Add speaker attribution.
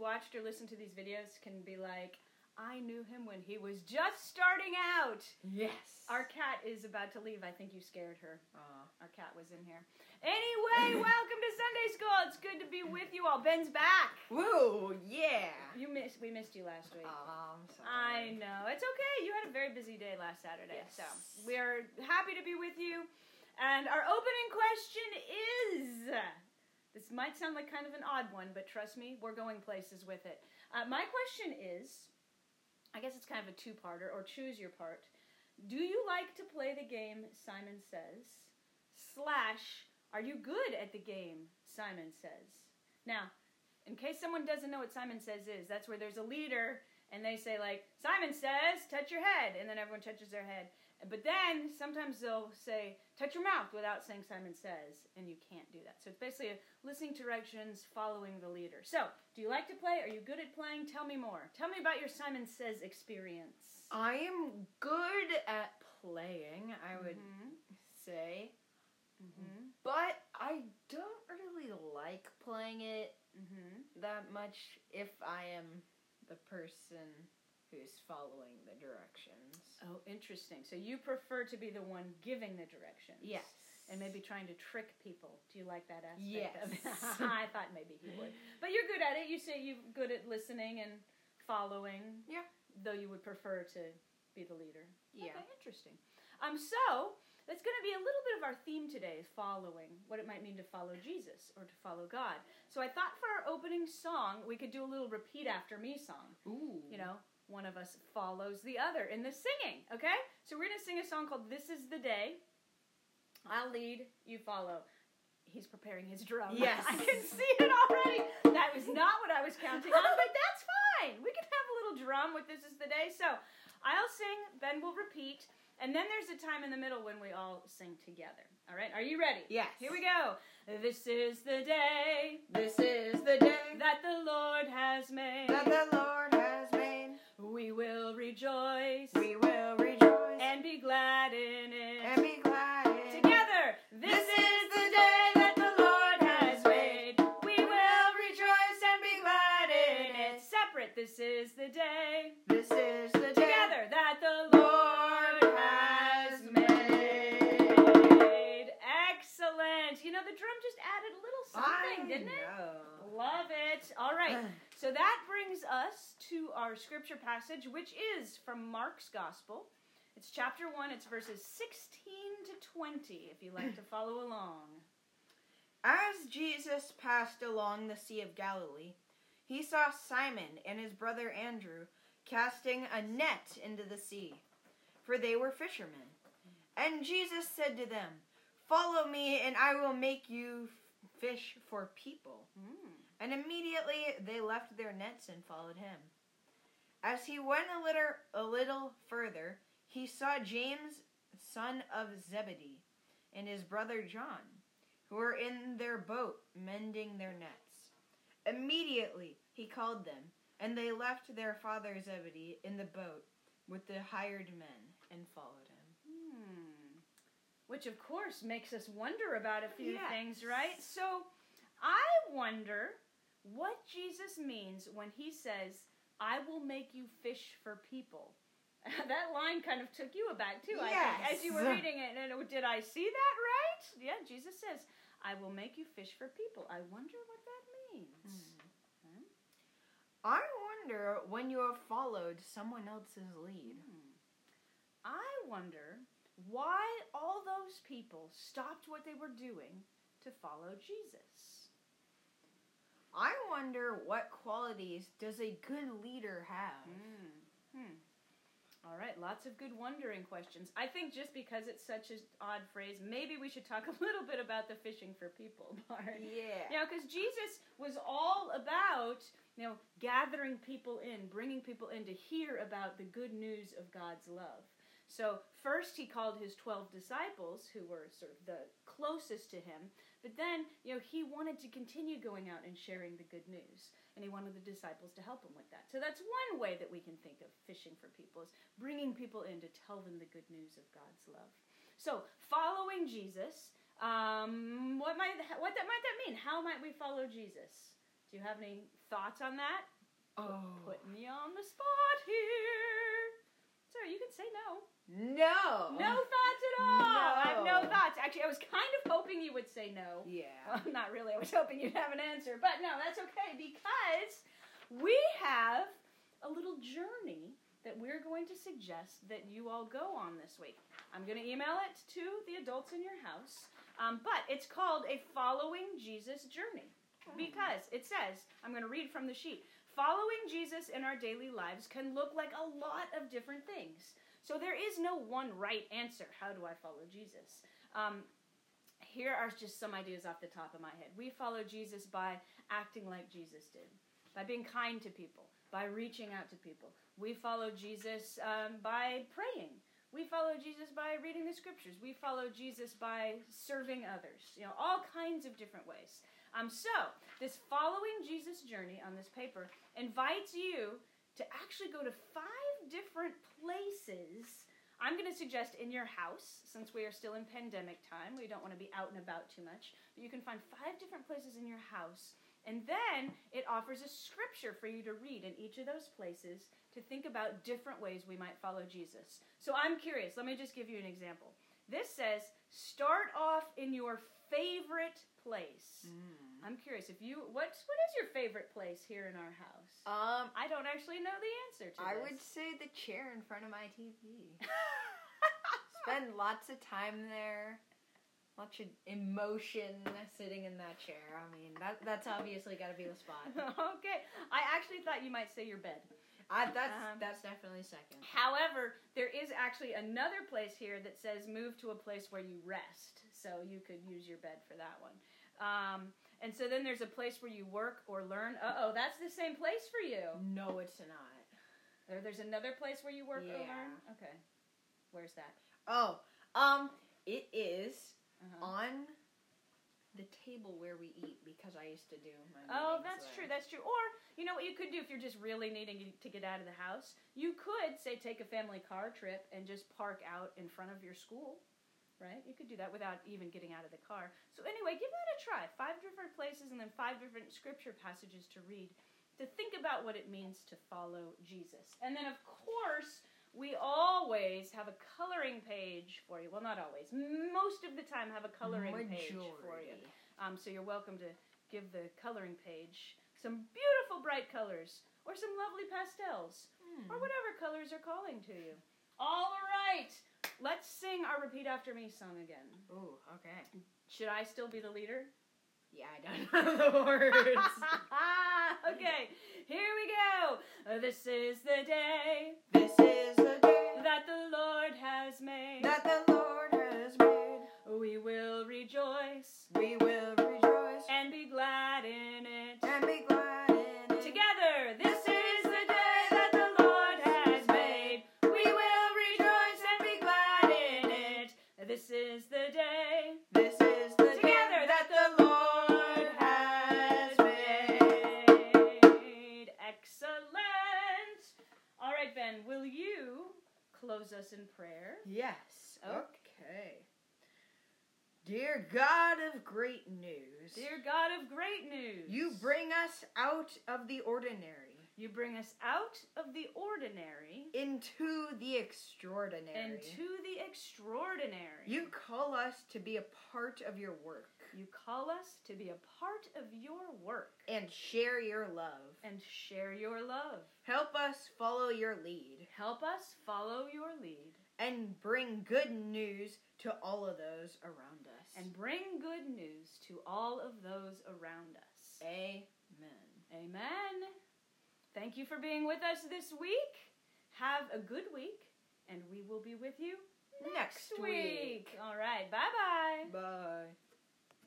Speaker 1: watched or listened to these videos can be like, I knew him when he was just starting out.
Speaker 2: Yes.
Speaker 1: Our cat is about to leave. I think you scared her.
Speaker 2: Aw.
Speaker 1: Our cat was in here. Anyway, welcome to Sunday School. It's good to be with you all. Ben's back.
Speaker 2: Woo! Yeah.
Speaker 1: You missed. We missed you last week.
Speaker 2: Aw, I'm sorry.
Speaker 1: I know. It's okay. You had a very busy day last Saturday.
Speaker 2: Yes.
Speaker 1: So we're happy to be with you. And our opening question is this might sound like kind of an odd one, but trust me, we're going places with it. Uh, my question is I guess it's kind of a two parter, or choose your part. Do you like to play the game Simon Says? Slash, are you good at the game Simon Says? Now, in case someone doesn't know what Simon Says is, that's where there's a leader and they say like Simon says, touch your head, and then everyone touches their head. But then sometimes they'll say touch your mouth without saying Simon says, and you can't do that. So it's basically a listening to directions, following the leader. So do you like to play? Are you good at playing? Tell me more. Tell me about your Simon says experience.
Speaker 2: I am good at playing, Oh, I would say,
Speaker 1: Mm-hmm.
Speaker 2: but I don't really like playing it
Speaker 1: Mm-hmm.
Speaker 2: that much if I am the person who's following the directions.
Speaker 1: Oh, interesting. So you prefer to be the one giving the directions.
Speaker 2: Yes.
Speaker 1: And maybe trying to trick people. Do you like that aspect? of it?
Speaker 2: Yes.
Speaker 1: I thought maybe you would. But you're good at it. You say you're good at listening and following.
Speaker 2: Yeah.
Speaker 1: Though you would prefer to be the leader.
Speaker 2: Yeah.
Speaker 1: Okay, interesting. Um, so that's going to be a little bit of our theme today: is following what it might mean to follow Jesus or to follow God. So I thought for our opening song, we could do a little repeat after me song
Speaker 2: Ooh.
Speaker 1: you know, one of us follows the other in the singing, okay? So we're going to sing a song called This Is the Day. I'll lead, you follow. He's preparing his drum.
Speaker 2: Yes.
Speaker 1: I can see it already. That was not what I was counting on, but that's fine. We can have a little drum with This Is the Day. So I'll sing, Ben will repeat, and then there's a time in the middle when we all sing together. All right, are you ready?
Speaker 2: Yes.
Speaker 1: Here we go. This is the day
Speaker 2: This is the day
Speaker 1: that the Lord has made.
Speaker 2: that the Lord has made.
Speaker 1: We will rejoice
Speaker 2: We will rejoice and,
Speaker 1: and be glad in it.
Speaker 2: be glad. in it.
Speaker 1: Together, this,
Speaker 2: This
Speaker 1: is
Speaker 2: is the day that the Lord
Speaker 1: what
Speaker 2: has made. We
Speaker 1: We will
Speaker 2: will rejoice and be glad
Speaker 1: be
Speaker 2: in
Speaker 1: in it.
Speaker 2: it.
Speaker 1: Separate, this is the day.
Speaker 2: This is the day
Speaker 1: Together, that the
Speaker 2: the
Speaker 1: Lord
Speaker 2: Lord has made.
Speaker 1: made. Excellent. You know, the drum just added a little something, didn't it?
Speaker 2: know.
Speaker 1: Love it. All right. So that brings us to our scripture passage, which is from Mark's Gospel. It's chapter 1, it's verses 16 to 20, if you like to follow along.
Speaker 2: As Jesus passed along the Sea of Galilee, he saw Simon and his brother Andrew casting a net into the sea, for they were fishermen. And Jesus said to them, Follow me, and I will make you f- fish for people.
Speaker 1: Mm.
Speaker 2: And immediately they left their nets and followed him. As he went a little, a little further, he saw James, son of Zebedee, and his brother John, who were in their boat mending their nets. Immediately he called them, and they left their father Zebedee in the boat with the hired men and followed him.
Speaker 1: Hmm. Which, of course, makes us wonder about a few
Speaker 2: Yes.
Speaker 1: things, right? So I wonder what Jesus means when he says, I will make you fish for people. that line kind of took you aback, too, I think, as you were
Speaker 2: Yes.
Speaker 1: reading it. And it- did I see that right? Yeah, Jesus says, I will make you fish for people. I wonder what that
Speaker 2: Hmm.
Speaker 1: means.
Speaker 2: I wonder when you have followed someone else's lead.
Speaker 1: Hmm. I wonder why all those people stopped what they were doing to follow Jesus.
Speaker 2: I wonder what qualities does a good leader have?
Speaker 1: Mm. Hmm. All right, lots of good wondering questions. I think just because it's such an odd phrase, maybe we should talk a little bit about the fishing for people part.
Speaker 2: Yeah.
Speaker 1: You know, because Jesus was all about, you know, gathering people in, bringing people in to hear about the good news of God's love. So, first he called his 12 disciples, who were sort of the closest to him, but then, you know, he wanted to continue going out and sharing the good news, and he wanted the disciples to help him with that. So, that's one way that we can think of fishing for people is bringing people in to tell them the good news of God's love. So, following Jesus, um, what might what that might that mean? How might we follow Jesus? Do you have any thoughts on that?
Speaker 2: Oh.
Speaker 1: Put me on the spot here. Sorry, you can say no.
Speaker 2: No.
Speaker 1: No thoughts at all. I have no
Speaker 2: Oh. No.
Speaker 1: thoughts. Actually, I was kind of hoping you would say no.
Speaker 2: Yeah.
Speaker 1: Well, not really. I was hoping you'd have an answer, but no, that's okay because we have a little journey that we're going to suggest that you all go on this week. I'm going to email it to the adults in your house, um, but it's called a Following Jesus Journey because it says, I'm going to read from the sheet. Following Jesus in our daily lives can look like a lot of different things. So there is no one right answer. How do I follow Jesus? Um, here are just some ideas off the top of my head. We follow Jesus by acting like Jesus did, by being kind to people, by reaching out to people. We follow Jesus um, by praying. We follow Jesus by reading the scriptures. We follow Jesus by serving others. You know, all kinds of different ways. Um, so, this following Jesus journey on this paper invites you to actually go to five different places I'm going to suggest in your house, since we are still in pandemic time, we don't want to be out and about too much, but you can find five different places in your house. And then it offers a scripture for you to read in each of those places to think about different ways we might follow Jesus. So I'm curious, let me just give you an example. This says, start off in your favorite place.
Speaker 2: Mm.
Speaker 1: I'm curious if you what what is your favorite place here in our house?
Speaker 2: Um,
Speaker 1: I don't actually know the answer to
Speaker 2: I
Speaker 1: this.
Speaker 2: would say the chair in front of my TV. Spend lots of time there. Lots of emotion sitting in that chair. I mean, that that's obviously got to be the spot.
Speaker 1: okay. I actually thought you might say your bed.
Speaker 2: I, that's
Speaker 1: Um,
Speaker 2: that's definitely second.
Speaker 1: However, there is actually another place here that says move to a place where you rest. So you could use your bed for that one. Um, and so then there's a place where you work or learn. Uh oh, that's the same place for you.
Speaker 2: No, it's not.
Speaker 1: There, there's another place where you work or
Speaker 2: Yeah.
Speaker 1: learn? Okay. Where's that?
Speaker 2: Oh, um, it is
Speaker 1: Uh-huh.
Speaker 2: on the table where we eat because I used to do my.
Speaker 1: Oh,
Speaker 2: meetings
Speaker 1: that's
Speaker 2: there.
Speaker 1: true. That's true. Or you know what you could do if you're just really needing to get out of the house, you could say take a family car trip and just park out in front of your school, right? You could do that without even getting out of the car. So anyway, give that a try. Five different places and then five different scripture passages to read to think about what it means to follow Jesus. And then of course, we always have a coloring page for you. Well, not always. Most of the time have a coloring page for you.
Speaker 2: Majority.
Speaker 1: Um, so you're welcome to give the coloring page some beautiful bright colors or some lovely pastels or
Speaker 2: Mm-hmm.
Speaker 1: whatever colors are calling to you. All right, let's sing our repeat after me song again.
Speaker 2: Ooh, okay.
Speaker 1: Should I still be the leader?
Speaker 2: Yeah, I don't know the words.
Speaker 1: Ah, okay, here we go. This is the day
Speaker 2: this is the day
Speaker 1: that the Lord has made.
Speaker 2: that the Lord has made.
Speaker 1: We will rejoice
Speaker 2: We will rejoice
Speaker 1: and be glad in it.
Speaker 2: and be glad in it.
Speaker 1: Together, this is the day that the Lord has made. We will rejoice and be glad in it. This is the day.
Speaker 2: This is the
Speaker 1: Together
Speaker 2: day that the Lord has made.
Speaker 1: made. Excellent. All right, Ben, will you close us in prayer?
Speaker 2: Yes.
Speaker 1: Oh.
Speaker 2: Okay. Dear God of great news,
Speaker 1: Dear God of great news,
Speaker 2: you bring us out of the ordinary
Speaker 1: you bring us out of the ordinary
Speaker 2: into the extraordinary.
Speaker 1: and to the extraordinary.
Speaker 2: you call us to be a part of your work
Speaker 1: You call us to be a part of your work
Speaker 2: and share your love.
Speaker 1: and share your love.
Speaker 2: Help us follow your lead
Speaker 1: Help us follow your lead
Speaker 2: and bring good news to all of those around us.
Speaker 1: and bring good news to all of those around us.
Speaker 2: amen.
Speaker 1: Amen. Thank you for being with us this week. Have a good week, and we will be with you next,
Speaker 2: Next week.
Speaker 1: All right, bye bye.
Speaker 2: Bye.